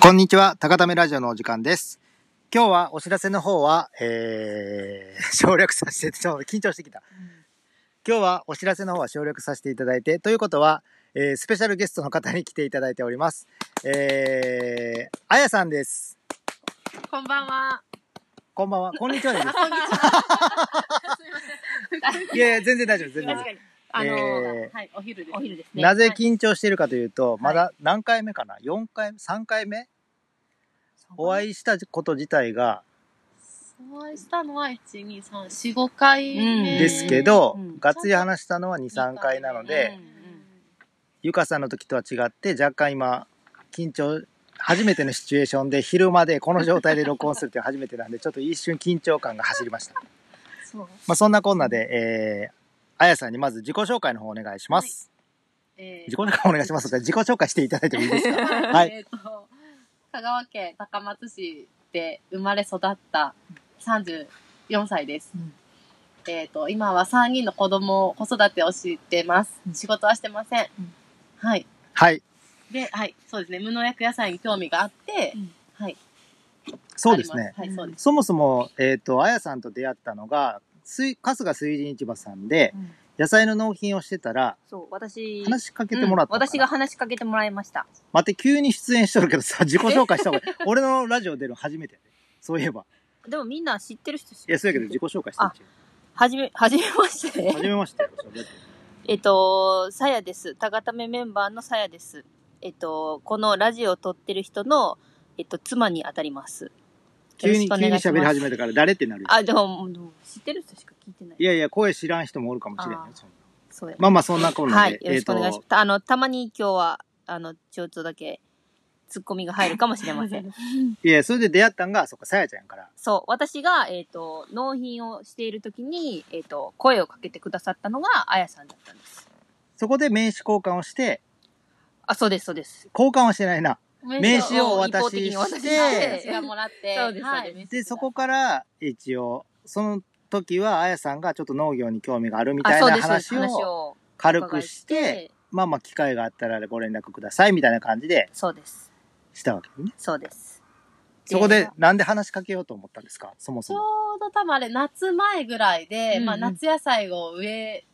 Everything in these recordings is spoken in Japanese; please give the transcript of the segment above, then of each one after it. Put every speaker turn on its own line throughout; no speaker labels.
こんにちは、高ためラジオのお時間です。今日はお知らせの方は、えー、 省略させて、ちょっと緊張してきた。今日はお知らせの方は省略させていただいて、ということは、えー、スペシャルゲストの方に来ていただいております。えー、あやさんです。
こんばんは。
こんばんは。こんにち はで
こんにちは。すみません。
す。いやいや、全然大丈夫です、全然大
確
丈
かに。あの、
えー
はい、お昼です。お昼です
夫。なぜ緊張しているかというと、まだ何回目かな ?4 回、3回目お
い
会いしたこと自体が、
お会いしたのは1、2、3、4、5回目
ですけど
うん、
がっつり話したのは2、3回なので、ゆかさんの時とは違って若干今緊張初めてのシチュエーションで昼までこの状態で録音するっていうのは初めてなんでちょっと一瞬緊張感が走りました、
そう。
まあ、そんなこんなで、えー、あやさんにまず自己紹介の方お願いします、
え
自己紹介お願いしますじゃあ自己紹介していただいてもいいです か
ー
はい
えっ、と、香川県高松市で生まれ育った34歳です。
うん
えっ、と、今は3人の子供を子育てをしてます。
うん
仕事はしてません。
うん
はい。
はい
で、はい、そうですね。無農薬野菜に興味があって、
うん
はい。
そうです
あり
ね
まはい、そうです。
そもそも、えっとあやさんと出会ったのが水春日水神市場さんで
うん
野菜の納品をしてたら
そう、私、
話しかけてもらったのか
うん
な、
私が話しかけてもらいました。
待って急に出演しとるけど さ自己紹介した方がいい俺のラジオ出るの初めてやでそういえば
でもみんな知ってる人し
いや、そうやけど自己紹介してみてよ。
はじめ、はじめまし て
は。じめましてよ。それだって
えっと、さやです。たがためメンバーのさやです。えっと、このラジオを撮ってる人の、えっと、妻に当たります。
急に、
よろしくお
急
願
に
いします
喋り始めたから誰ってなるよ。
あ、でも、でも知ってる人しか聞いてない
い。やいや、声知らん人もおるかもしれんよ
あー。
そんな
そうや。
まあまあ、そんなこんな
は
で
い。。よろしくお願いします
と、。
あの、たまに今日は、あの、ちょっとだけ、ツッコミが入るかもしれません。
いや、それで出会ったんが、そっか、さやちゃんやから。
そう、私が、えっ、と、納品をしているときに、えっ、と、声をかけてくださったのが、あやさんだったんです。
そこで名刺交換をして、
あ、そうです、そうです。
交換はしてないな。名刺をお渡
一方
し
的にお渡
し、
して
私がもらって。
そうです
は
そう
い、
で、そこから、一応、その時は、あやさんがちょっと農業に興味があるみたい
あそう
な
ですそうです
話を
を
軽くして、、まあまあ、機会があったらご連絡ください、みたいな感じで
そうです、
したわけね。
そうです。
そこで、なんで話しかけようと思ったんですかそも
ち
そ
ょ
も。
うど多分あれ、夏前ぐらいで、
うんうん
まあ夏野菜を植え、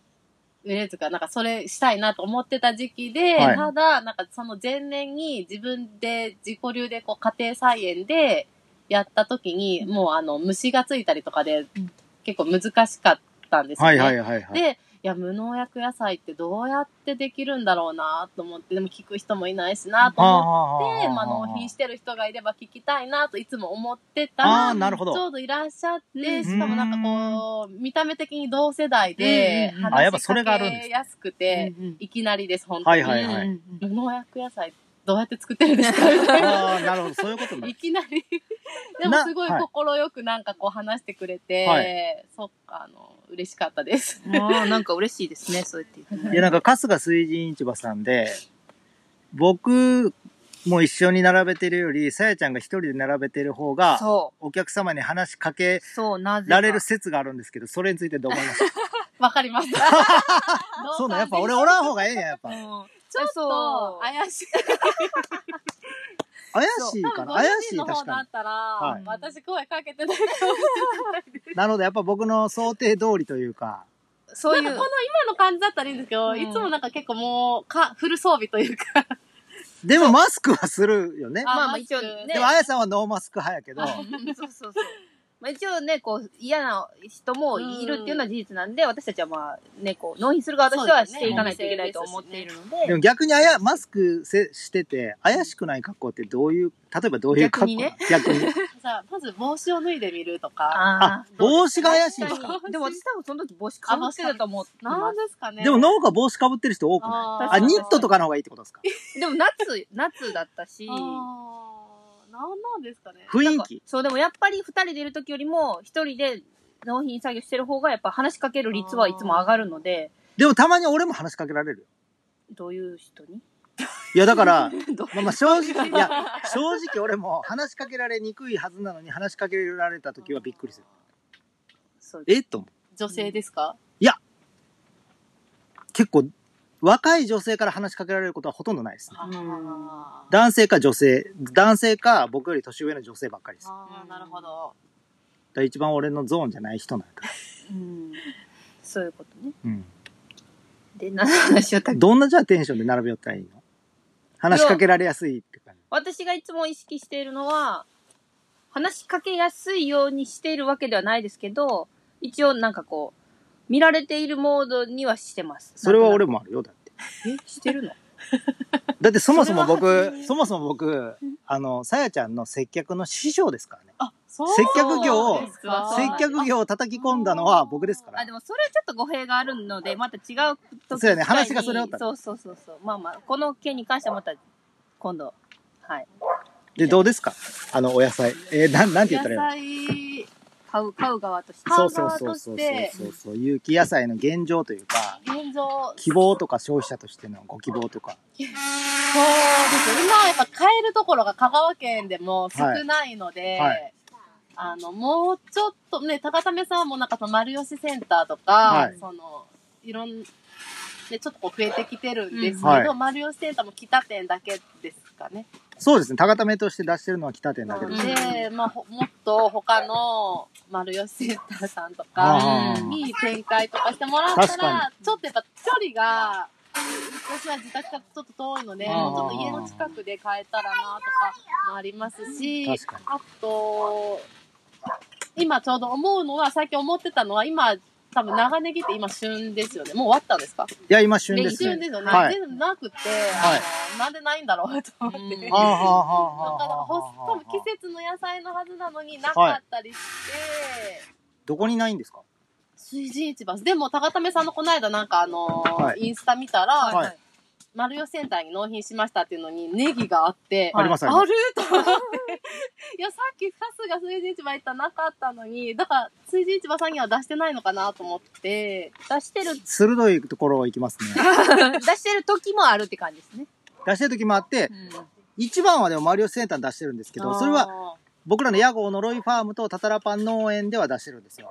植えるというか、なんかそれしたいなと思ってた時期で、
はい
ただ、なんかその前年に自分で自己流でこう家庭菜園でやった時に、もうあの虫がついたりとかで
うん
結構難しかったんですよね。
はいはいはいはい。
で、いや、無農薬野菜ってどうやってできるんだろうなと思って、でも聞く人もいないしなと思って、まあ納品してる人がいれば聞きたいなといつも思ってた
あ
ら
あ、、なるほ
ちょ
ど。
うどいらっしゃっ
う
て、
ん
しかもなんかこう、見た目的に同世代で、
うんうんうん
あやっぱそれがあるんです
話しか
ね
けやすくて、
うんうん
いきなりです、本当に。
はいはい
うんうん
無農薬野菜どうやって作ってるんですか みたいな。
ああ、なるほど。そういうことなの
いきなり。でもすごい
はい
快くなんかこう話してくれて、
は
そっか、あの、嬉しかったです。
うん。もうなんか嬉しいですね、そうやって言って
いや、なんか、春日水神市場さんで、僕も一緒に並べてるより、さやちゃんが一人で並べてる方が、
そ
お客様に話しかけ
う、そう、なぜから
れる説があるんですけど、それについてどう思いますか
わかりま した。
そうなんやっぱ
同感
俺
です
おらん方がええねんや、やっ
う
ぱ。怪
ん
ちょっと
そう
怪しい。
しい
多
か
分
な
ご
怪
自
し
身
い、
の
確
方だ
かに。
ったら、
はい
私声かけてない
なので、やっぱ僕の想定通りというか、
そうい
なん
う
かこ、の今の感じだったらいいんですけど、
うん
いつもなんか結構もう、か、フル装備というか。
でもマスクはするよね。
まあまあ
マスク
一応ね
でも、あやさんはノーマスク派やけど、
うんそうそうそう。まあ、一応ね、こう、嫌な人もいるっていうのは事実なんで、私たちはまあ、ね、こう、納品する側としてはしていかないといけないと思っているので、
でも逆にあや、マスクせしてて、怪しくない格好ってどういう、例えばどういう格好
逆にね。
逆に。
じ ゃあ、まず帽子を脱いでみるとか。
あ
あ、帽子が怪しいんで
確
すか
かに。でも私多分その時帽子かぶってたと思って
な
ま
んですかね。
でも、農家帽子かぶってる人多くない
あ
あ
ー
ニットとかの方がいいってことですか
す。でも夏、夏だったし
あ、ーなんなんですかね。
雰囲
なんか
気。
そう、でもやっぱり二人でいる時よりも、一人で納品作業してる方がやっぱ話しかける率はいつも上がるので、
でもたまに俺も話しかけられるよ。
どういう人に
いや、だから、
どう
まあまあ正直、いや、正直俺も話しかけられにくいはずなのに話しかけられた時はびっくりする。
そう
えっと思う、
女性ですか
結構若い女性から話しかけられることはほとんどないですね。
あー
男性か女性、男性か僕より年上の女性ばっかりです。だか
あー、なるほど。
ら一番俺のゾーンじゃない人なんだ。
うんそういうことね。
うん。
で、何の話をたっけ
どんなじゃあテンションで並べよったらいいの話しかけられやすいって感じ。
私がいつも意識しているのは、話しかけやすいようにしているわけではないですけど、一応なんかこう、見られているモードにはしてます。
それは俺もあるよ、だ って。
え、してるの
だってそもそも
それは初
僕、
耳
そもそも僕、あの、さやちゃんの接客の師匠ですからね。
あ、そう
接客業を
ですか
あー
接客業を叩き込んだのは僕ですか
あ、
ら
で。もそれはちょっと語弊があるので、また違う時
そうやね
機会に
話がそれだったね
そうそうそうそう。まあまあ、この件に関してはまた、今度。はい。
で、どうですかあの、お野菜。えー、なん、なんて言
野
ったらいいの
菜、
買う、買う側として。
買
そう
う
そう
側
そう
と
そ
し
う
て
そうそう。有機野菜の現状というか、
現状、
希望とか消費者としてのご希望とか。
そうです。今やっぱ買えるところが香川県でも少ないので、
はいはい
あの、もうちょっとね、高ためさんもなんかその丸吉センターとか、
はい
その、いろん、で、ちょっとこう増えてきてるんですけ
うんはい
ど、丸吉センターも北店だけですかね。
そうですね。高ためとして出してるのは北店
な
だけ
の
ど。
で、まあ、ほもっと他の丸吉センターさんと
あ
か
ー
に展開とかしてもらった、
確から
ちょっとやっぱ距離が、私は自宅からちょっと遠いので、
あー
もうちょっと家の近くで買えたらなとかもありますし、
確かに。
あと、今ちょうど思うのは、最近思ってたのは、今、多分長ネギって今旬ですよね。もう終わったんですか
いや、今旬で
一
すね。
瞬ですよね。
はい。
全部なくて、
はい
あのなんでないんだろうと思って。
うん
な
はあ
んか
はあはあはあは
ほ
あ
多分季節の野菜のはずなのになかったりして、
どこにないんですか
水神市場でも、高ためさんのこの間なんかあのー
はい
インスタ見たら、
はい
丸代センターに納品しましたっていうのにネギがあって、
ありますあ
あ
ります
ると思って。いや、さっき春日水神市場行ったらなかったのに、だから水神市場さんには出してないのかなと思って、
出してる、
鋭いところを行きますね。
出してる時もあるって感じですね。
出してる時もあって、一番はでもマリオセンターに出してるんですけど、それは
は、
僕らの屋号のロイファームとタタラパン農園では出してるんですよ。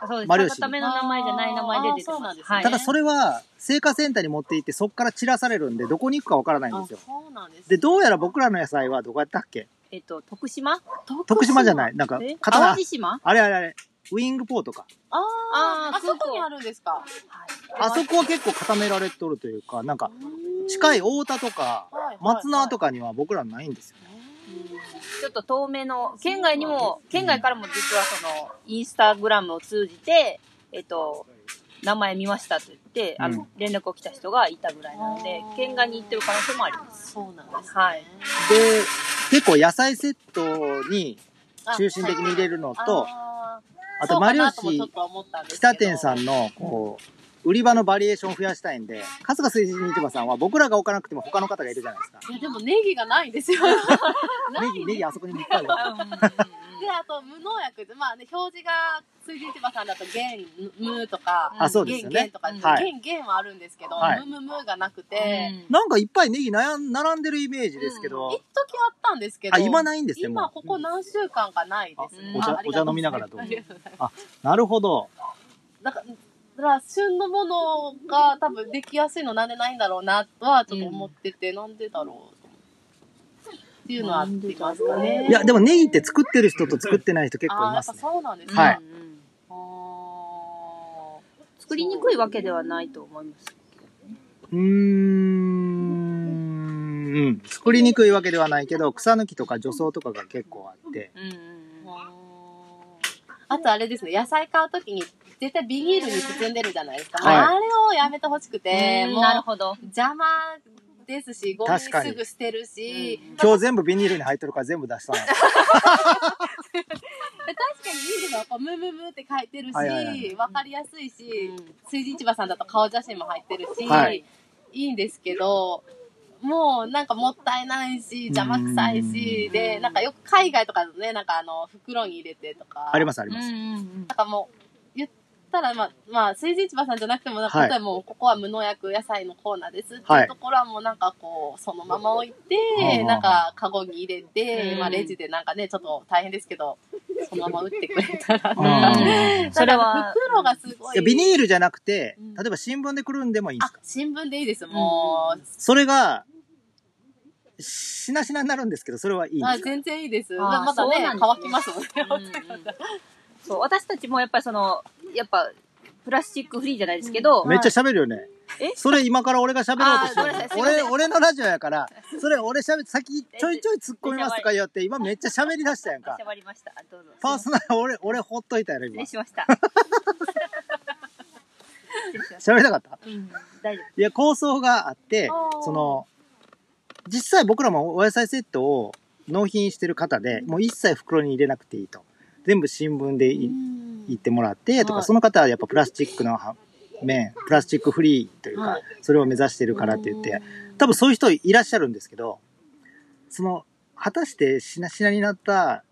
あそうです。
マリオ
た
氏
ための名前じゃない名前で出て
あーそうなんですね
はい
ただそれは、生花センターに持って行って、そこから散らされるんで、どこに行くかわからないんですよ
あ。そうなんですね。。
で、どうやら僕らの野菜はどこやったっけ
えっと、徳島
徳島じゃないいなんか
え、
片
淡
あ
路島
あれあれあれ、ウィングポートか。
ああ
あー
あそこにあるんですか。
あそこは結構固められとるというか、なんか、近い大田とか
はいはいはい、
松縄とかには僕らないんですよね。
ちょっと遠目の、県外にも、県外からも実はその、インスタグラムを通じて、えっと、名前見ましたと言って、あ
う
の
ん、
連絡を来た人がいたぐらいなので、県外に行ってる可能性もあります。
そうなんです、
はい。
で、結構野菜セットに中心的に入れるのと、
あー
あと、有
そうかなともちょ
吉
っと思ったんですけど
北店さんの、こう、売り場のバリエーションを増やしたいんで、春日水神市場さんは僕らが置かなくても他の方がいるじゃないですか。
いや、でもネギがないんですよ。
ネギ、ネギあそこにいっ ぱいある。
で、あと、無農薬で、まあね、表示が、水神市場さんだと、ゲン、ムとか、
あ、そうで
ゲ
すよ
ン、ゲン
ね
と。か、
うん
はい
ゲン、ゲンはあるんですけど、
はい
ムムムがなくて、
で、
なんかいっぱいネギ悩ん並んでるイメージですけ
一
ど
時、あったんですけど、
あ、今ないんですね、
今
も
ここ何週間かないですね。
あお
茶
あありがと
お茶
うございます
飲みながらどうぞ
ありがとうございます
う。なるほど。
なんか、だから旬のものが多分できやすいのなんでないんだろうなとはちょっと思ってて、なんでだろうと思ってっていうのはありますかね。
いや、でもネギって作ってる人と作ってない人結構
あ
い
ーや
ま
っ
す
ぱ
ね。
そうなんですね。
はい
あ
うん
ー
作りにくいわけではないと思います。
うーん。うん作りにくいわけではないけど、草抜きとか除草とかが結構あって。
あとあれですね、野菜買うときに絶対ビニールに包んでるじゃないですか。
はい
まああれをやめてほしくて、もう
なるほど。
邪魔ですし、ゴミ
確かに
すぐ捨てるし、
うん
今日全部ビニールに入ってるから全部出したの。
で確かにビニールはこうムムムって書いてるし、わ、
はいはいはい
かりやすいし、水神市場さんだと顔写真も入ってるし、
はい
い、いんですけど、もうなんかもったいないし、邪魔くさいし
う、ん
で、なんかよく海外とかだとね、なんかあの、袋に入れてとか。
ありますあります。
なんかもう、言ったら、まあ、まあ、水神市場さんじゃなくても、なんか
はい
例えばもう、ここは無農薬野菜のコーナーですって
はいいう
ところはもうなんかこう、そのまま置い
はあはあ
て、なんかカゴに入れて
う、ん
まあレジでなんかね、ちょっと大変ですけど、そのまま打ってくれたら。
あ
ー
そ
そ
れ
れ
は
は
袋がすご
いや
い。
ビニールじゃなくて
うん、
例えば新聞でくるんでもいいんで
あ
すか、
新聞でいいです、もう。
それが、しなしなになるんですけど、それはいいん
あ
ですか
全然いいです。
あー
まだ
そう
ね
なんですね
乾きますもん ね。
そう、私たちもやっぱりその、やっぱ、プラスチックフリーじゃないですけど、
めっちゃ喋るよね。
え
それ今から俺が喋ろうとして
あーごめんな
る
さ。いすいませ
俺、
ん
俺のラジオやから、それ俺喋、先ちょいちょい突っ込みますとか言って、今めっちゃ喋り出したやんか
しゃ。ばりました。どうぞ。
パーソナル、俺、俺ほっといたやろ、
失
今
礼。しました。失礼しまし
喋りたかった
たうん大丈
いや、構想があって
あー、
その、実際僕らもお野菜セットを納品してる方で、もう一切袋に入れなくていいと。全部新聞でい行ってもらってとか、
はい
その方はやっぱプラスチックのは面、プラスチックフリーというか、
はい
それを目指してるからって言って、多分そういう人いらっしゃるんですけど、その、果たしてしなしなになった、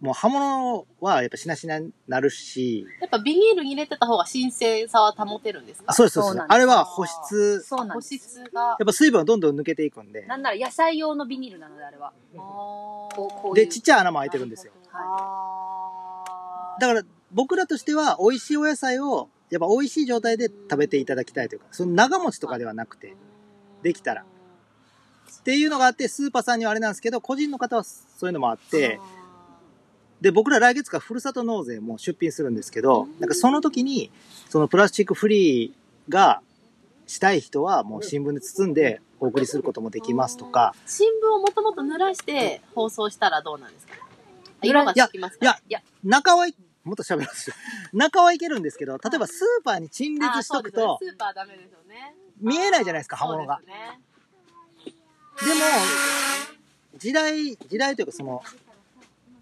もう刃物はやっぱしなしなになるし、
やっぱビニールに入れてた方が新鮮さは保てるんですか
あそうです、そう
そう
で
な
す
ん。です
あれは保湿
夫。、そうなん
保
です。
湿が
や。っぱ水分はどんどん抜けていくんで
な、んなら野菜用のビニールなので、あれは。
こ
こうこうい
で、
う
ちっちゃい穴も開いてるんですよ。
あー
だから僕らとしては美味しいお野菜を、やっぱ美味しい状態で食べていただきたいというか、その長持ちとかではなくて、できたら。っていうのがあって、スーパーさんにはあれなんですけど、個人の方はそういうのもあって、で、僕ら来月からふるさと納税も出品するんですけど、なんかその時に、そのプラスチックフリーがしたい人はもう新聞で包んでお送りすることもできますとか、
新聞をもともと濡らして放送したらどうなんですか色がつきますか
いや、中はい、もっと喋るんですよ。中はいけるんですけど、例えばスーパーに陳
あー
列し
そ
と
うで
く
すよ
と
ね、スーパーダメですよね。
見えないじゃないですか、
あー
刃物が
そ。うですね
でも、時代、時代というかその、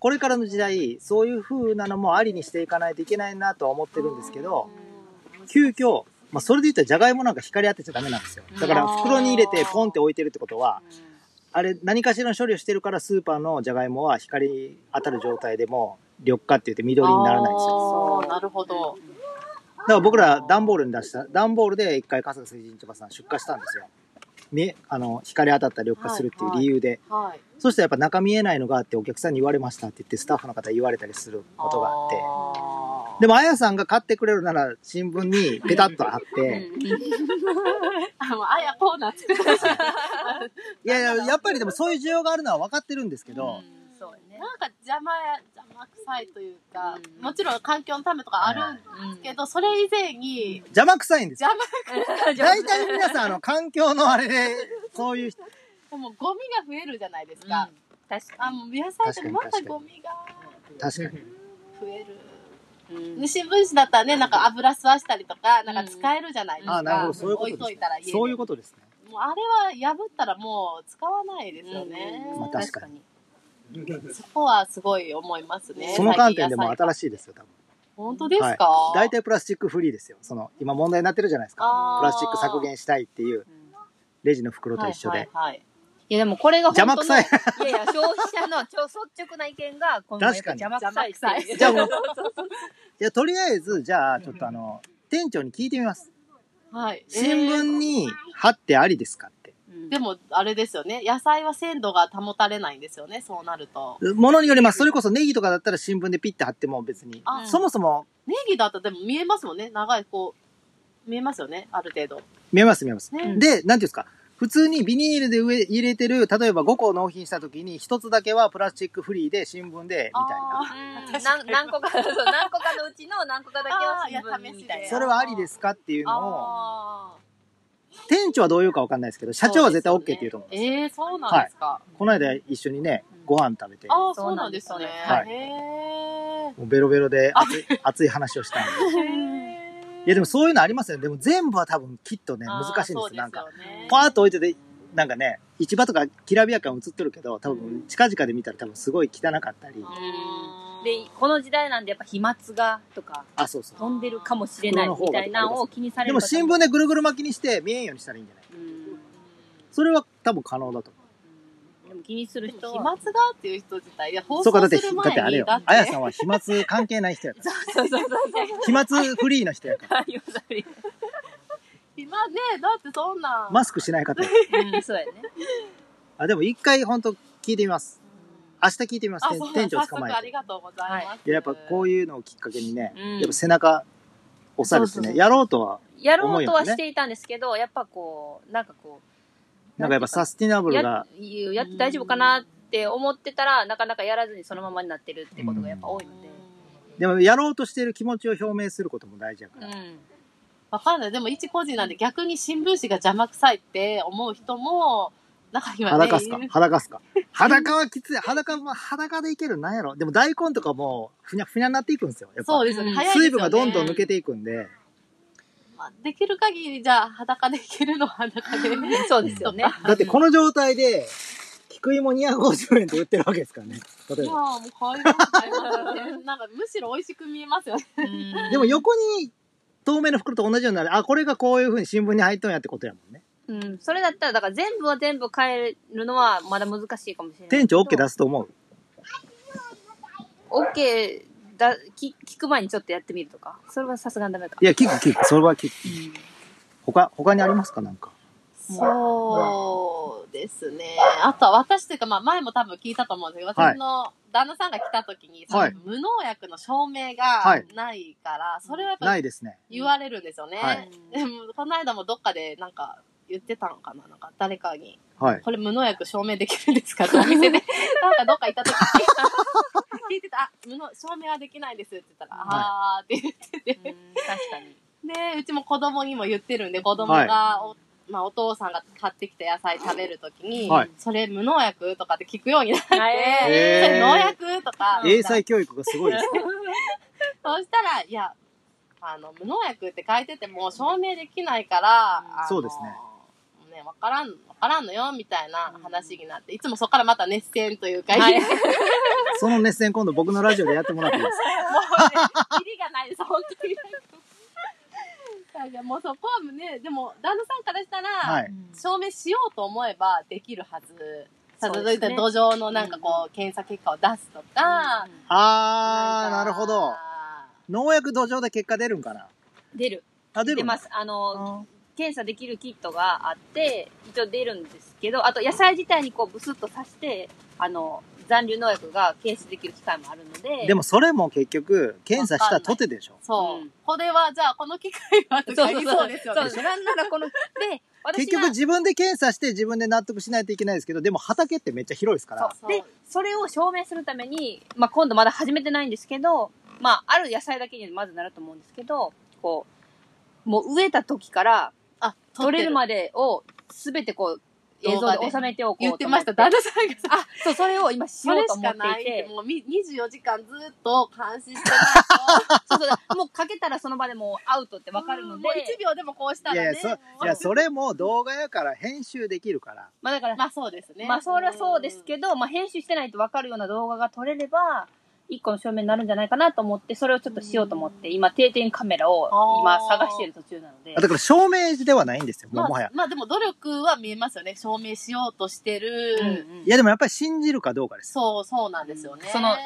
これからの時代、そういう風なのもありにしていかないといけないなとは思ってるんですけど、急遽、まあ、それで言ったらじゃがいもなんか光り当てちゃダメなんですよ。だから袋に入れてポンって置いてるってことは、あれ何かしらの処理をしてるからスーパーのじゃがいもは光り当たる状態でも緑化って言って緑にならないんですよ。
あーなるほど。
だから僕ら段ボールに出した、段ボールで一回春日水神鳥羽さん出荷したんですよ。ね、あの、光り当たったら緑化するっていう理由で。
はい。
そしたらやっぱ中見えないのがあってお客さんに言われましたって言ってスタッフの方に言われたりすることがあって。
あ
でもあやさんが買ってくれるなら新聞にペタッと貼って、
ーあもうあやこうなってる。
いやいや、やっぱりでもそういう需要があるのは分かってるんですけど、
そうね。
なんか邪魔や、邪魔くさいというか、
うん
もちろん環境のためとかあるんですけど、それ以前に、
邪魔くさいんですよ。
邪魔
大体皆さんあの環境のあれで、そういう人、
でもゴミが増えるじゃないです
が
か。
確か
あ、もう野菜ってまたゴミが
確かに。
増える。
に
で。新聞紙だったらね、なんか油吸わしたりとか、なんか使えるじゃないですか。
あなるほど、そういうこと
置
で
い
す
と
ね
いたら家に。
そういうことですね。
もうあれは破ったらもう使わないですよね。
まあ確か
に。
そこはすごい思いますね。
その観点でも
最近野
新
菜
しいですよ、多分。
本当ですか、
はい。大体プラスチックフリーですよ。その、今問題になってるじゃないですか。
あー
プラスチック削減したいっていう、レジの袋と一緒で。
はいはいはい
いやでもこれが本当の
邪魔く
いやいや、消費者の超率直な意見が、このやっぱ邪魔くさいってい う。
じゃあもう、いや、とりあえず、じゃあ、ちょっとあの、店長に聞いてみます。
はい。
新聞に貼ってありですかって。
うん
でも、あれですよね。野菜は鮮度が保たれないんですよね。そうなると。
ものによります。それこそネギとかだったら新聞でピッて貼っても別に。
あ
そもそも、
ネギだったらでも見えますもんね。長い、こう、見えますよね。ある程度。
見えます見えます。
ね。
で、なんていうんですか。普通にビニールで上入れてる、例えば5個納品した時に1つだけはプラスチックフリーで新聞で、みたいな。
あ
うんなん何個か、そう何個かのうちの何個かだけを新聞にみたい
あーいや試しで
な。
それはありですかっていうのを、
あー
店長はどう言うかわかんないですけど、社長は絶対 OK って言うと思う。
ええー、そうなんですか。
この間一緒にね、ご飯食べて、
あ
も
あ、そうなんですね。
はい
へー
うベロベロで熱 い熱い話をしたんで。いやでもそういうのありますよね。でも全部は多分きっとね、難しいんですよ。なんか、。パ
あ
ーッと置いてて、なんかね、市場とかきらびやかに映ってるけど、多分近々で見たら多分すごい汚かったり、
ーそうですよね
で、この時代なんでやっぱ飛沫がとか
あ、そうそう。
飛んでるかもしれないみたいなのを気にさ
で
れる
も
方
新聞でぐるぐる巻きにして見えんようにしたらいいんじゃない
うん
それは多分可能だと思
でも気にする人
飛
は
沫がっていう人自体、いや、放
う。
送
そうか、だっ
す
て、
る
だ
前に、
ってあれよ。
だって
あやさんは飛沫関係ない人やから。
そうそうそう
飛沫フリーの人やから。
今ね、だってそんな。
マスクしない方や
うんそうやね
あ、でも一回本当聞いてみます。明日聞いてみます。
あ、
店
そう
店長
早
捕
速
ま
あ
えて。
りがとうございます。
いや、やっぱこういうのをきっかけにね、
うん
やっぱ背中押されて
そうそうそ
ね、
う
やろうとは、
やろうとはしていたんですけど、やっぱこう、なんかこう、
なんかやっぱサスティナブル
や
が、
やって大丈夫かなって思ってたら、なかなかやらずにそのままになってるってことがやっぱ多いので。
でもやろうとしてる気持ちを表明することも大事やか
う
ら。
ん。
わかんない。でも一個人なんで逆に新聞紙が邪魔くさいって思う人も、中にはね、
裸っすか
いる
裸っすか裸はきつい。裸は、裸でいけるなんやろ。でも大根とかも、ふにゃふにゃになっていくんですよ。やっぱ
そうですよね。
うん
早いですよね。
水分がどんどん抜けていくんで、
まあできる限り、じゃあ裸でいけるのは裸 で。
そうですよね。
だってこの状態で、菊芋250円で売ってるわけですからね。例
い
え
や
ば。
もう可愛いな買いますね。 なんかむしろ美味しく見えますよね。
うん
でも、横に透明の袋と同じようになる。あ、これがこういう風に新聞に入っとんやってことやもんね。
うん。それだったら、だから全部は全部変えるのはまだ難しいかもしれない。
店長 OK。出すと思う。
OK だ、き聞く前にちょっとやってみるとか。それはさすがにダメか
い。や、キックキック、それはキック。
うん
他、他にありますかなんか。
そうですね。あとは私というか、まあ前も多分聞いたと思うんですけど、
はい
私の旦那さんが来た時に、そ
は
の
い
無農薬の証明
は
が
い
ないから、それはやっぱ
な
り
いですね。
言われるんですよね。
はい
でもこの間もどっかでなんか言ってたのかななんか誰かに、
はい。
これ無農薬証明できるんですかってお 店で、なんかどっか行った時に 聞いてた、あ、無農、証明はできないですって言ったら、
はい
あーって言ってて。
うん確かに。
ねうちも子供にも言ってるんで、子供が、おまあ、お父さんが買ってきた野菜食べるときに、
はい
それ無農薬とかって聞くようになって、
はい
そ
へー
れ農薬とか、
英才教育がすごいですね。
そうしたら、いや、あの、無農薬って書いてても証明できないから、あの
そうですね。
ね、わからん、わからんのよ、みたいな話になって、いつもそこからまた熱戦というか、
は
入
い
り
その熱戦今度僕のラジオでやってもらっていいですか
がないです、本当に。いやもうそこはね、でも、旦那さんからしたら、
はい。
証明しようと思えばできるはず。
そう
例
で
え
す
ば
ね
土壌のなんかこう、検査結果を出すとか。
あ
ん
ー、
か
なるほど。農薬土壌で結果出るんかな
出る。
あ、出
出
る
ます。あの、検査できるキットがあって、一応出るんですけど、あと野菜自体にこうブスッと刺して、あの、残留農薬が検出できる機会もあるので。
でもそれも結局、検査したとてでしょ。
そう。
うん
これは、じゃあこの機会は
そう
使
そう
い
そ。
そうう
で
ですす
よ
よ
ね。
ね。
そうなんならこの、で、私
結
が
局、自分で検査して自分で納得しないといけないですけど、でも畑ってめっちゃ広いですから。
そう。で、それを証明するために、まあ、今度まだ始めてないんですけど、まあ、ある野菜だけにまずなると思うんですけど、こう、もう植えた時から
あ、
取れる
で。
までを、すべてこう、映像で収めておこうと
言
思
っ
って。
てました。旦那さんがさ、
あ、そう、それを今し
そ
よう
れ
と
し
思
か
って
ない
い
って
て。
もうみ24時間ずっと監視してない
そうそうだ。もうかけたらその場でもうアウトって
と。
わかるので
もう。1秒でもこうした
いや
ら
い
ね
や、。そ、
もう
いや、それも動画やから編集できるから。
まあだから、
まあそうですね。
まあそりゃそうですけど、まあ編集してないとわかるような動画が撮れれば、一個の証明になるんじゃないかなと思って、それをちょっとしようと思って、今定点カメラを今探してる途中なので
あ。だから証明ではないんですよ、も
ま
うもはや
あ、。まあでも努力は見えますよね。証明しようとしてる。
いや、でもやっぱり信じるかどうかです。
そう、そうなんですよね。
その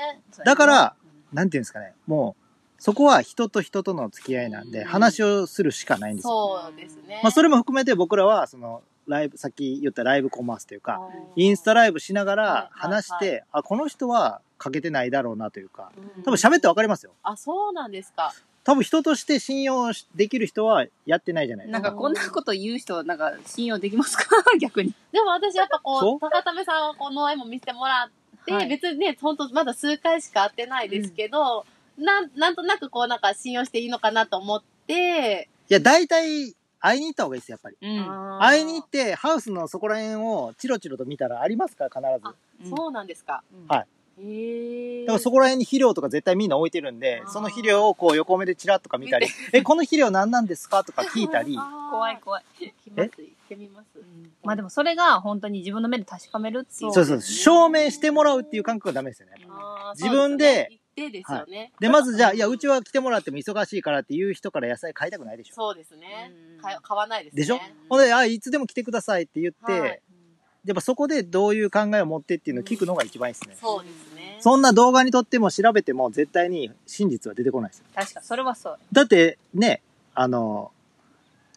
だから、なんていうんですかね、もう、そこは人と人との付き合いなんで、
うん
話をするしかないんですよ。
そうですね。
まあ、それも含めて僕らは、その、ライブ、さっき言ったライブコマースというか、
うん
インスタライブしなが
はい
ら
はい
話して、あ、この人は欠けてないだろうなというか、
うん
多分喋ってわかりますよ。
あ、そうなんですか。
多分人として信用しできる人はやってないじゃないです
な
か。
んかこんなこと言う人、なんか信用できますか 逆に。
でも私やっぱ
そ
こ
う
う、高為さんはこの絵も見せてもらって、
はい
別にね、ほんとまだ数回しか会ってないですけど、なん、なんとなくこうなんか信用していいのかなと思って、
いや、大体会いに行った方がいいです、やっぱり。
うん
会いに行
行
っ、て、ハウスのそこら辺をチロチロと見たらありますから、必ず。
そうなんですか。。
はい
へえ。
だからそこら辺に肥料とか絶対みんな置いてるんで
あ、ー
その肥料をこう横目でチラッとか見たり
見、
え、この肥料何なんですかとか聞いたり、
怖い。怖い。
行きます。行ってみます。
まあでもそれが本当に自分の目で確かめるっていう。
そうそう、証明してもらうっていう感覚がダメですよね。
あー
自分で。
そうですよね行ってですよね。
で、まずじゃあ、いや、うちは来てもらっても忙しいからっていう人から野菜買いたくないでしょ。
そうですね
うん。
買買わないですね。
でしょ
う
ほんで、あ、いつでも来てくださいって言って、
はい
やっぱそこでどういう考えを持ってっていうのを聞くのが一番いいですね。
そうですね。
そんな動画にとっても調べても絶対に真実は出てこないですよ。
確か、それはそう。
だってね、あの、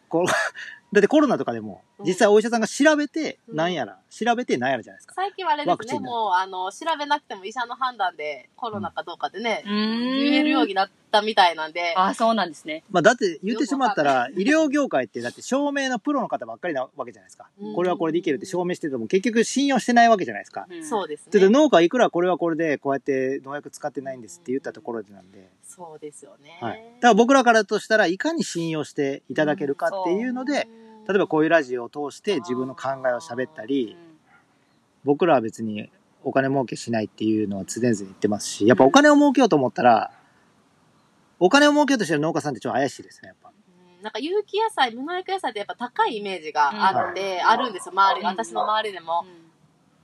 こう、 だってコロナとかでも、
うん
実際お医者さんが調べて、
うん
なんやら、調べてなんやらじゃないですか。
最近はあれ
ワ
で
ク
す
チ
ね、
ンだ
もう、あの、調べなくても医者の判断でコロナかどうかでね、言
言
えるようになったみたいなんで、
あ、そうなんですね。
まあ、だって言ってしまったら、医療業界ってだって証明のプロの方ばっかりなわけじゃないですか
う。ん
これはこれでいけるって証明してても結局信用してないわけじゃないですか。
そう
う
です
ちょっと
ね。
農家いくらこれはこれでこうやって農薬使ってないんですって言ったところでなんで。
そうですよね。
はい。だから僕らからとしたらいかに信用していただけるかっていうので、
うん
例えばこういうラジオを通して自分の考えを喋ったり、僕らは別にお金儲けしないっていうのは常々言ってますし、やっぱお金を儲けようと思ったら、お金を儲けようとしてる農家さんってちょっと怪しいですね、やっぱ。
うんなんか有機野菜、無農薬野菜ってやっぱ高いイメージがあって、あるんですよ、周り、
うん
私の周りでも。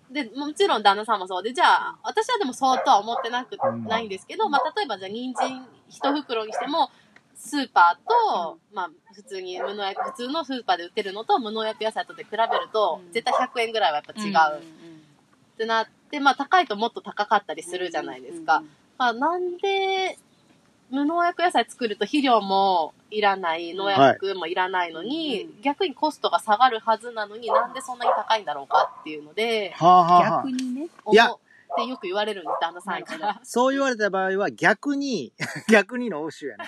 で、もちろん旦那さんもそうで、じゃあ、私はでもそうとは思ってなく、
うん
ないんですけど、まあ、例えばじゃあ、人参一袋にしても、スーパーと、まあ、普通に無農薬、普通のスーパーで売ってるのと無農薬野菜とで比べると
う、ん
絶対100円ぐらいはやっぱ違うってなって、まあ、高いともっと高かったりするじゃないですか。。まあ、なんで、無農薬野菜作ると肥料もいらない、農薬もいらないのに、
う
逆にコストが下がるはずなのになんでそんなに高いんだろうかっていうので、
はあ、はあはあ
逆、にね。
いや
思うってよく言われるんです、旦那さん から。
そう言われた場合は逆に、 逆にの欧州やな。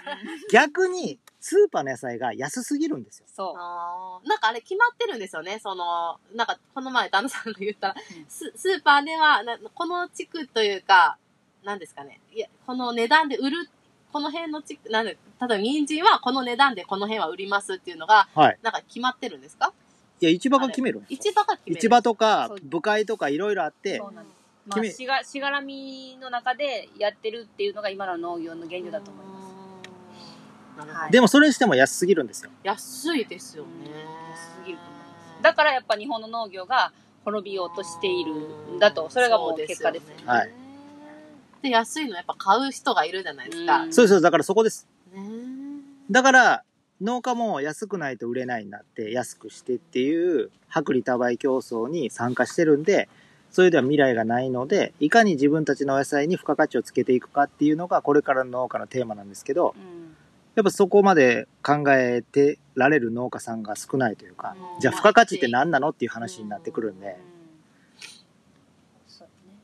逆に、スーパーの野菜が安すぎるんですよ。
そう。
あーなんかあれ決まってるんですよね、その、なんかこの前旦那さんが言ったら
うん、
ススーパーではな、この地区というか、なんですかね、いや、この値段で売る、この辺の地区、なんで、例えば人参はこの値段でこの辺は売りますっていうのが、
はい
なんか決まってるんですか
いや、市場が決めるんですよ
市場が決める。
市場とか
そう、
部会とかいろいろあって
そ、うなんです。まあ、
君
しが、しがらみの中でやってるっていうのが今の農業の現状だと思います。
なるほど
はい
でもそれにしても安すぎるんですよ。
安いですよね。。
安すぎると思いますだからやっぱ日本の農業が滅びようとしているんだと、それがもう結果ですね。
はい
で、安いのやっぱ買う人がいるじゃないですか。
うん
そうそう、だからそこです。
ね
だから、農家も安くないと売れないになって、安くしてっていう、薄利多売競争に参加してるんで、それでは未来がないので、いかに自分たちのお野菜に付加価値をつけていくかっていうのが、これからの農家のテーマなんですけど、
うん
やっぱそこまで考えてられる農家さんが少ないというか、
うん
じゃあ付加価値って何なのっていう話になってくるん
うん
で、
そうね。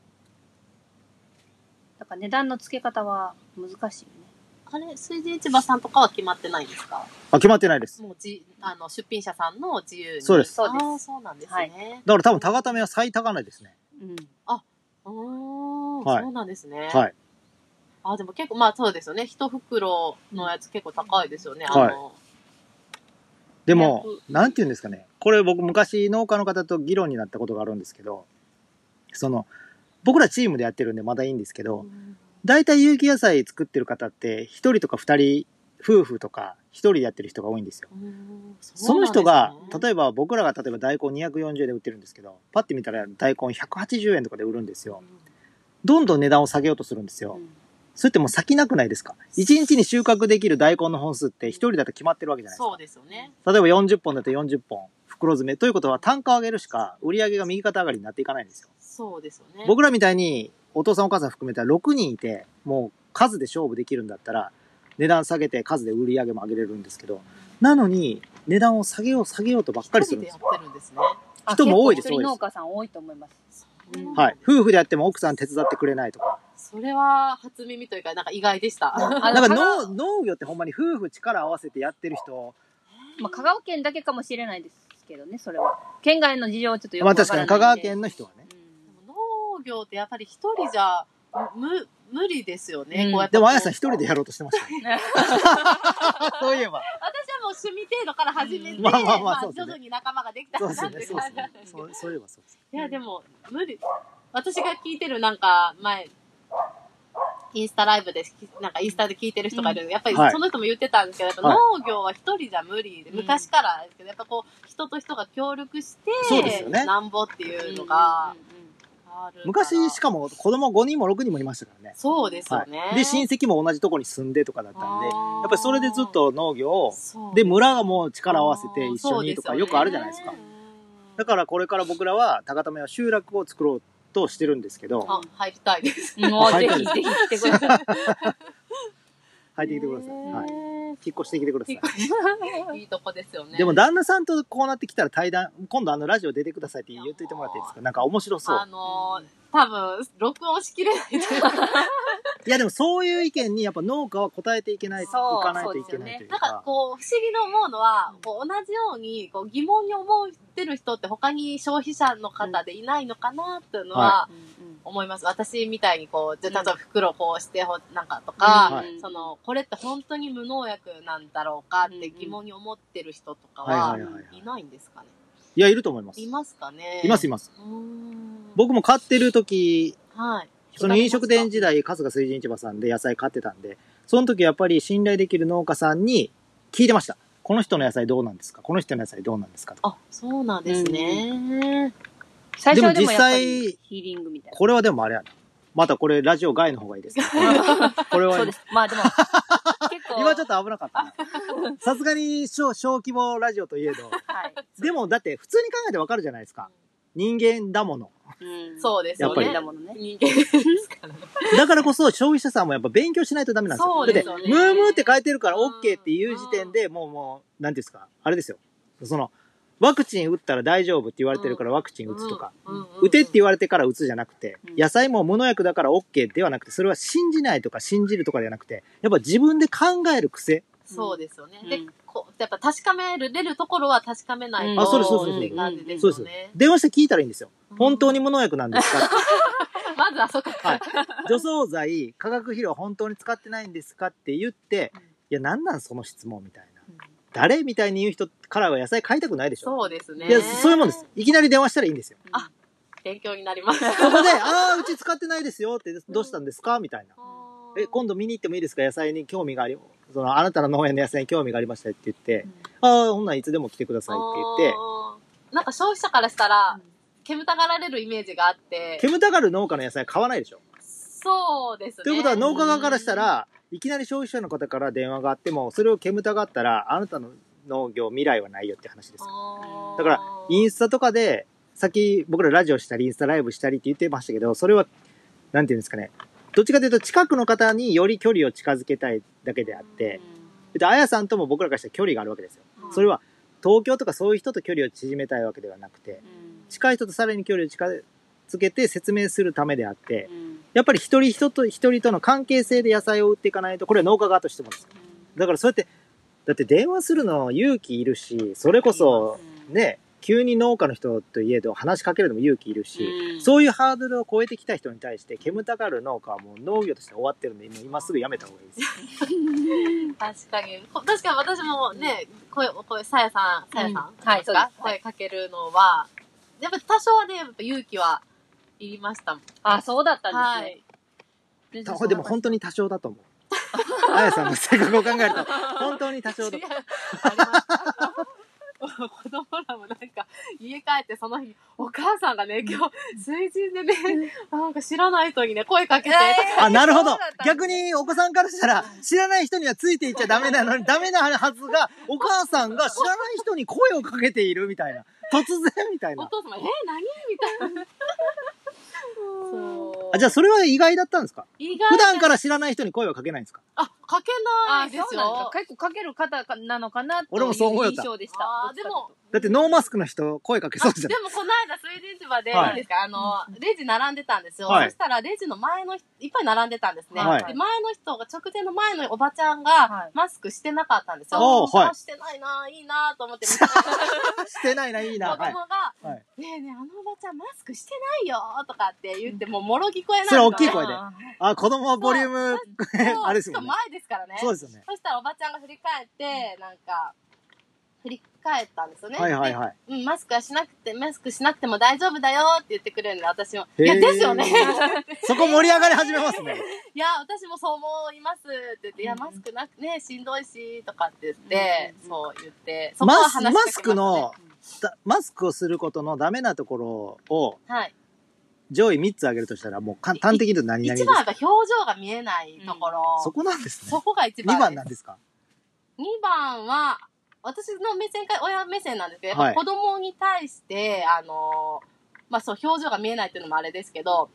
だから値段の付け方は難しいよね。
あれ、水田市場さんとかは決まってないんですか
あ、決まってないです。
もうじ、あの、出品者さんの自由に。
そうです
そうです
あーそうなんです
はい
ね。
だから多分高ためは最高値ですね。
うん。
うーん、
はい
そうなんですね。
はい。
あ、でも結構、まあそうですよね。一袋のやつ結構高いですよね。あ
はい
の、
でも
約、
なんて言うんですかね。これ僕昔農家の方と議論になったことがあるんですけど、その、僕らチームでやってるんでまだいいんですけど、大体有機野菜作ってる方って、一人とか二人、夫婦とか、一人でやってる人が多いんですよ。その人が、例
え
えば僕らが例えば大根240円で売ってるんですけど、パッて見たら大根180円とかで売るんですよ。どんどん値段を下げようとするんですよ。それってもう先なくないですか ?1 日に収穫できる大根の本数って一人だと決まってるわけじゃないですか
そ。うですよね。
例えば40本だと40本、袋詰め。ということは単価を上げるしか売り上げが右肩上がりになっていかないんですよ。
そうですよね。
僕らみたいにお父さんお母さん含めた6人いて、もう数で勝負できるんだったら、値段下げて数で売り上げも上げれるんですけど、なのに値段を下げよう下げようとばっかりす
一
るん
人で
です
やっ
よ。
てるんですね。
あ
人も多いです
結構一人農家さん多いと思い ます。うん
はい。夫婦であっても奥さん手伝ってくれないとか。
それは初耳というか、なんか意外でした。
あ
な
の
んか
香
農農業ってほんまに夫婦力合わせてやってる人、
川まあ、香川県だけかもしれないですけどね、それは。県外の事情はちょっとよく
まあ
わから
確かに
ないんで。
香川県の人はね。
でも農業ってやっぱり一人じゃむ無無理ですよね。
うん
こうやって
でもあやさん一人でやろうとしてましたね。
うん。 ね
そういえば。
私はもう趣味程度から始めて、
うん
まあまあまあそうですね
徐々に仲間ができた
そう
ら
です
な
よ
って
ね。そうです
いう感じなん
ね
で。すけ
そ
ど。
うそういえばそうです。
いや、でも無理。私が聞いてるなんか前、インスタライブで、なんかインスタで聞いてる人がいる、やっぱり
はい
その人も言ってたんですけど、やっぱ
はい
農業は一人じゃ無理で、
うん
昔からですけど、やっぱこう、人と人が協力して、
そうですよね
なんぼっていうのがあるから。
昔しかも子供5人も6人もいましたからね。
そうですよね。
はい、で親戚も同じとこに住んでとかだったんでやっ
や
ぱりそれでずっと農業を
そう
で村がもう力を合わせて一緒にとか
そうですよね
よくあるじゃないですかだからこれから僕らは高ためは集落を作ろうとしてるんですけど
あ、入りたいです。
うんもう
あ
ぜ
入っ
ひ
た
ぜひ来てください。
入ってきてください、はい、
い。
引っ越してきてください。
いいとこですよね。
でも旦那さんとこうなってきたら対談、今度あのラジオ出てくださいって言っといてもらっていいですかなんか面白そう
あ。のー、多分、録音しきれないと思う
いやでもそういう意見にやっぱ農家は答えていけない、い
そう
かないといけないという
なん
か
か。こう、不思議に思うのは、こう同じようにこう疑問に思ってる人って他に消費者の方でいないのかなっていうのは思います。私みたいにこう、じゃあ例えば袋こうしてほ、なんかとか、
はい
その、これって本当に無農薬なんだろうかって疑問に思ってる人とか
は
は
は
い
いはいはい
いないんですかね。
いや、いると思います。
い
い
ますかね。
ます、います。
うーん。
僕も飼ってる時、
はい。
その飲食店時代、春日水神市場さんで野菜買ってたんで、その時やっぱり信頼できる農家さんに聞いてました。この人の野菜どうなんですかこの人の野菜どうなんですかとか
あ、そうなんですね。
最初はでも
でも実
やっぱ
際
りヒーリングみたいな。
これはでもあれやな。またこれラジオ外の方がいいです かこれ
そう
は
で、す。まあでも、結構。
今ちょっと危なかったな。さすがに小小規模ラジオといえど。
はい。
でもだって普通に考えてわかるじゃないですか。人間だもの。
うん
そうです
やっ
よ
ぱ
ね。
り
だものね。
人間ですからね。
だからこそ消費者さんもやっぱ勉強しないとダメなんですよ。
そう
です
だ
よ
っ
ね
て、ムームーって書いてるから
うん
OK っていう時点で、もうもう、なんていうんですか、あれですよ。その、ワクチン打ったら大丈夫って言われてるからワクチン打つとか。
うんうんうん
打てって言われてから打つじゃなくて
う、ん
野菜も無農薬だから OK ではなくて、それは信じないとか信じるとかじゃなくて、やっぱ自分で考える癖。
そうですよね。
うん
でこう、やっぱ確かめるれるところは確かめない
うん
と。
あ
そうですそうです
っていう感じです
そう
よ
です
ね。。
電話して聞いたらいいんですよ。本当
に。
に無農薬なんですかって
まずはそこか
はい。除草剤、化学肥料本当に使ってないんですかって言って
うん、
いや、なんなんその質問みたいな。
ら。
誰みたいに言う人からは野菜買いたくないでしょ。
そうですね。
いや、そういうもんです。。いきなり電話したらいいんですよ。
あ勉強になります。
そこで、ああ、うち使ってないですよって、どうしたんですかみたいな。え、
度。
今度見に行ってもいいですか野菜に興味があり、その、あなたの農園の野菜に興味がありましたって言って、ああ、ほんならいつでも来てくださいって言っ
あーなんか消費者からしたら、煙たがられるイメージがあって
て、。煙たがる農家の野菜買わないでしょ。
そうですね。
ということは農家側からしたら、いきなり消費者の方から電話があっても、それを煙たがったら、あなたの農業未来はないよって話ですよ。
あー、
だからインスタとかで、さっき僕らラジオしたり、インスタライブしたりって言ってましたけど、それは、なんていうんですかね。どっちかというと、近くの方により距離を近づけたいだけであって、で、あやさんとも僕らからしたら距離があるわけですよ。
うん
それは、東京とかそういう人と距離を縮めたいわけではなくて、近い人とさらに距離を近づけて説明するためであって、やっぱり一人人と一人との関係性で野菜を売っていかないと、これは農家側としてもですよ。だからそうやって、だって電話するの勇気いるし、それこそ、ね、急に農家の人といえど話しかけるのも勇気いるし、そういうハードルを超えてきた人に対して、煙たがる農家はもう農業として終わってるんで、今今すぐやめた方がいいです。
確かに。こ確かに私もね、声、声、さやさん、さやさん、
うんはいそうです
声かけるのは、やっぱり多少はね、やっぱ勇気はいりましたもん。
あ、そうだったん
は
ですね
い。。
全然
た
そん
で
な
も本当に多少だと思う。あやさんの性格を考えると、本当に多少だ
違
と
う。ありました。子供らもなんか、家帰ってその日、お母さんがね、今日、水神でね、なんか知らない人にね、声かけて、
えー
あ、なるほ
そ
ど
うだった。
逆にお子さんからしたら、知らない人にはついていっちゃダメなのに、ダメなはずが、お母さんが知らない人に声をかけているみたいな。突然みたい
お
な。
父様、えー、何みたいな。そう。
あ、じゃあそれは意外だったんですか
意外
普
に
段から知らない人に声はかけないんですか
あ、かけな
あ
いで
そう
す
なんだ
よ。
結構かける方なのかなと
俺もそう思う
い
よ
う印象でした。
あーでも、
だってノーマスクの人、声かけそうじゃん
で。もこの間、水神市場で、
はい
いいですか、あの、レジ並んでたんですよ。
はい
そしたら、レジの前の人、いっぱい並んでたんですね。
はい
で前の人が、直前の前のおばちゃん
は
が
い、
マスクしてなかったんですよ。
おーはい
あしてないなぁ、いいなぁと思って見てたら、
してないな、い いな。
子
はい。
供が、
はい
ねえねえ、あのおばちゃんマスクしてないよーとかって言って、もう、もろ聞こえないの。
それ大きい声で
あ
あ、子供はボリューム、
そう
あれですよね
しかも。前ですからね。
そうですよね。
そしたら、おばちゃんが振り返って、なんか、振り返ったんですよね。
はいはいはい。
うん、マスクはしなくて、マスクしなくても大丈夫だよって言ってくれるんで、私も。
へー
いや、ですよね。
そこ盛り上がり始めますね。
いや、私もそう思いますって言って、いや、
うん
マスクなくね、しんどいし、とかって言って、
うん
そう言って、 そこは
マス
話しかけ
マ
ましたね
スクの、だマスクをすることのダメなところを
はい。
上位3つ挙げるとしたら、もうか端的に言うと何々で
一
す
番
か
はやっぱ表情が見えないところ。
そこなんですね。
そこが一番。
2番なんですか
2番は、私の目線か、親目線なんですけど、
はい
やっぱ子供に対して、あのーまあ、そう、表情が見えないっていうのもあれですけど、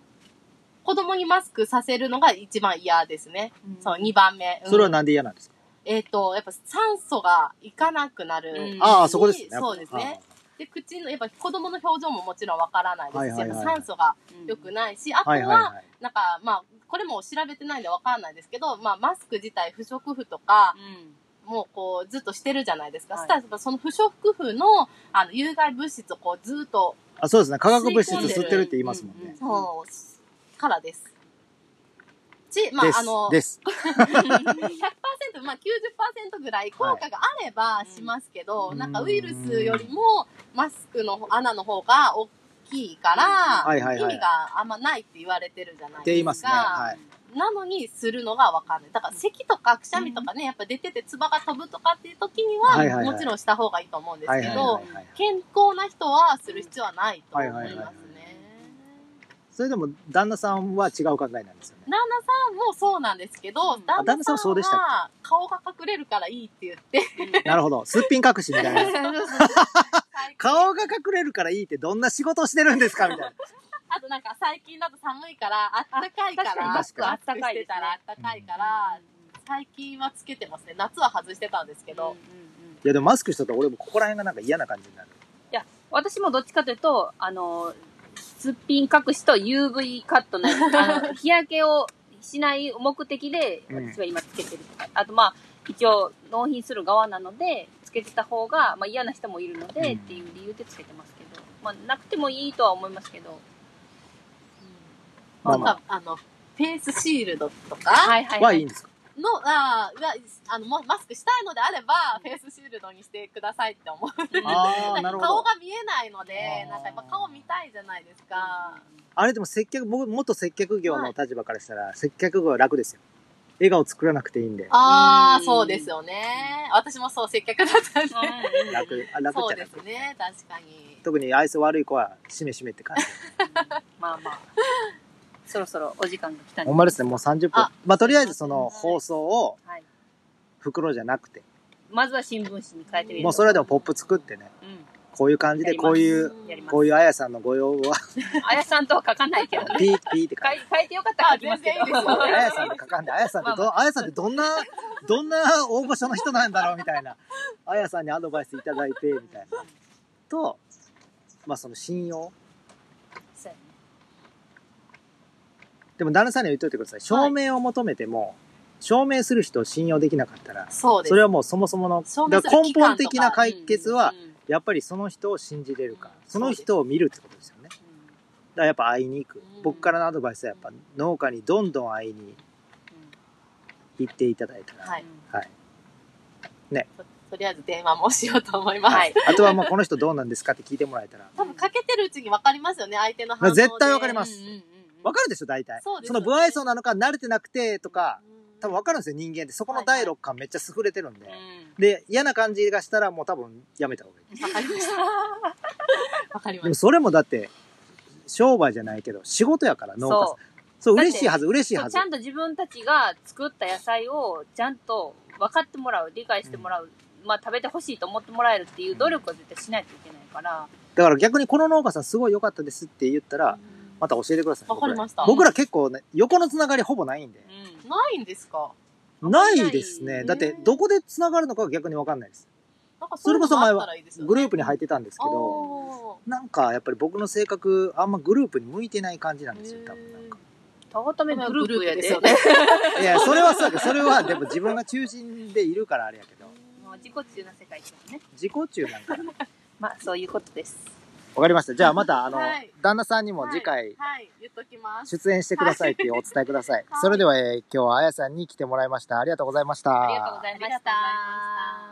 子供にマスクさせるのが一番嫌ですね。
うん
そう、2番目。うん
それはなんで嫌なんですか、
えっ、と、やっぱ酸素がいかなくなる。
うん
ああ、そこですね。
そうですね。で、口の、やっぱ子供の表情ももちろんわからないです
は
し、
いはいはい
やっぱ酸素が良くないし、あとは、
はいはいはい。
なんか、まあ、これも調べてないんでわかんないですけど、まあ、マスク自体不織布とか、
うん
もうこう、ずっとしてるじゃないですか。
はい
そしたらやっぱ、その不織布の、あの、有害物質をこう、ずっと、
あ、そうですね。化学物質吸ってるって言いますもんね。
そう、からです。し、まあ
で、す
あの、
です。
100%、まあ、90%ぐらい効果があればしますけど、
はい
なんかウイルスよりもマスクの穴の方が大きいから、
はいはいはい
意味があんまないって言われてるじゃない
って言い
で
ますす
か。
ね。はい。
なのにするのがわかんない。だから咳とかくしゃみとかね、やっぱ出てて唾が飛ぶとかっていう時には、
はいはいはい
もちろんした方がいいと思うんです
はい
け
はい
ど、
はいはい。
健康な人はする必要はないと思いま
は
す
い
ね。
はいはいそれでも、旦那さんは違う考えなんですよね。
旦那さんもそうなんですけど、
うん
旦
旦
那
那
さ
さ
ん
んそうでしたっけ
は顔が隠れるからいいって言って
なるほど。すっぴん隠しみたいな。顔が隠れるからいいってどんな仕事をしてるんですかみたい
あとなんか最近だと寒いから、あったかいから、
あ確かに
マスクあったかいしてたらあったかいから、最近はつけてますね。夏は外してたんですけ
うんうん
ど
うん。
いやでもマスクしとったら俺もここら辺がなんか嫌な感じになる。
私もどっちかというと、あの、すっぴん隠しと UV カットのやつあ の日焼けをしない目的で、
うん
私は今つけてるとか、あとまあ、一応納品する側なので、つけてた方が、まあ、嫌な人もいるので、
うん
っていう理由でつけてますけど、まあ、なくてもいいとは思いますけど、
まあ
あ
ま
とあの、フェイスシールドとか
いは
あ。はいいんですか
の、あーがあの、もマスクしたいのであれば、フェイスシールドにしてくださいって思う。
ああ、なるほ
顔
ど。
が見えないので
あ、ー
なんかやっぱ顔見たいじゃないですか。
あれでも接客、僕、元接客業の立場からしたら、接客業は楽ですよ。笑顔作らなくていいんで。
あ
う
あ、
ん
そうですよね。私もそう、接客だったんで。
楽。
楽、あ楽っ
そ
ち
う
ゃ
で
楽。
すね、確かに。
特に愛想悪い子は、しめしめって感じ。
まあまあ。そろそろお時間が来たん
ほんまですね、もう30分
あ。
まあ、とりあえずその
はい
放送を
はい。
袋じゃなくて、
まずは新聞紙に変えてみる。
もうそれでもポップ作ってね、
うん。
こういう感じで、こういう、
やります
こういうあやさんのご要望は、
あやさんとは書かないけどね。
ピーピーって 書い
変
て。
え変えてよかったら書きますけど。
あ全然いいです
あやさんって書かんで、あやさんってど、あやさんってどんな、どんな大御所の人なんだろうみたいな。あやさんにアドバイスいただいて、みたいな。と、まあその信用。
そうやね
でも旦那さんには言っといてください。証明を求めても、証明する人を信用できなかったら、
そうです
それはもうそもそもの、
証明
だ
す
か
る
ら根
期間とか
本的な解決は
うん、うんうん
やっぱりその人を信じれるか、そ
そう
の
です
人を見るってことですよね。だからやっぱ会いに行く
うん。
僕からのアドバイスはやっぱ農家にどんどん会いに行っていただいたら。
はい。
はい。
ととりあえず電話もしようと思います。
はい。あとはもうこの人どうなんですかって聞いてもらえたら。
多分かけてるうちに分かりますよね、相手の反応で。
絶対分かります
うんうんうんうん
わかるでしょ、大体。
そうです
の不愛想なのか慣れてなくてとか、
うん
多分わかるんですよ、人間って。そこの第六感めっちゃ優れてるんで。
うん
で、嫌な感じがしたらもう多分やめた方がいい。
わかりました。わかり
で
ま
も
し
それもだって、商売じゃないけど、仕事やから、農家さん
そ。
そう、
だって
嬉しいはず、嬉しい
そ
は
う
ず
ちゃ。んと自分たちが作った野菜をちゃんと分かってもらう、理解してもらう、まあ食べてほしいと思ってもらえるっていう努力は絶対しないといけないから、
だから逆にこの農家さんすごい良かったですって言った
た
ら、。また教えてください。
わかりました
僕ら僕ら結構ね、横のつながりほぼないんで。
うん
ないんですか
ないですね。
ね
だって、どこでつながるのかが逆にわかんないです。
なんか
それこそ前は
そういうのあったらいいですよね
グループに入ってたんですけど、
お
なんかやっぱり僕の性格、あんまグループに向いてない感じなんですよ、
ー
多分なんか。
たわためグループやで。
グループで
いや、それはそうだけどそれはでも自分が中心でいるからあれやけど、
もう自己中な世界ですよね。
自己中なんかな。
まあそういうことです。
わかりました。じゃあまた、あの
はい、
旦那さんにも次回、
はい、言っときます。
出演してくださいっていうお伝えください。
はい
それでは、えー今日はあやさんに来てもらいました。ありがとうございました。
ありがとうございま
あ
した。
りがとうございました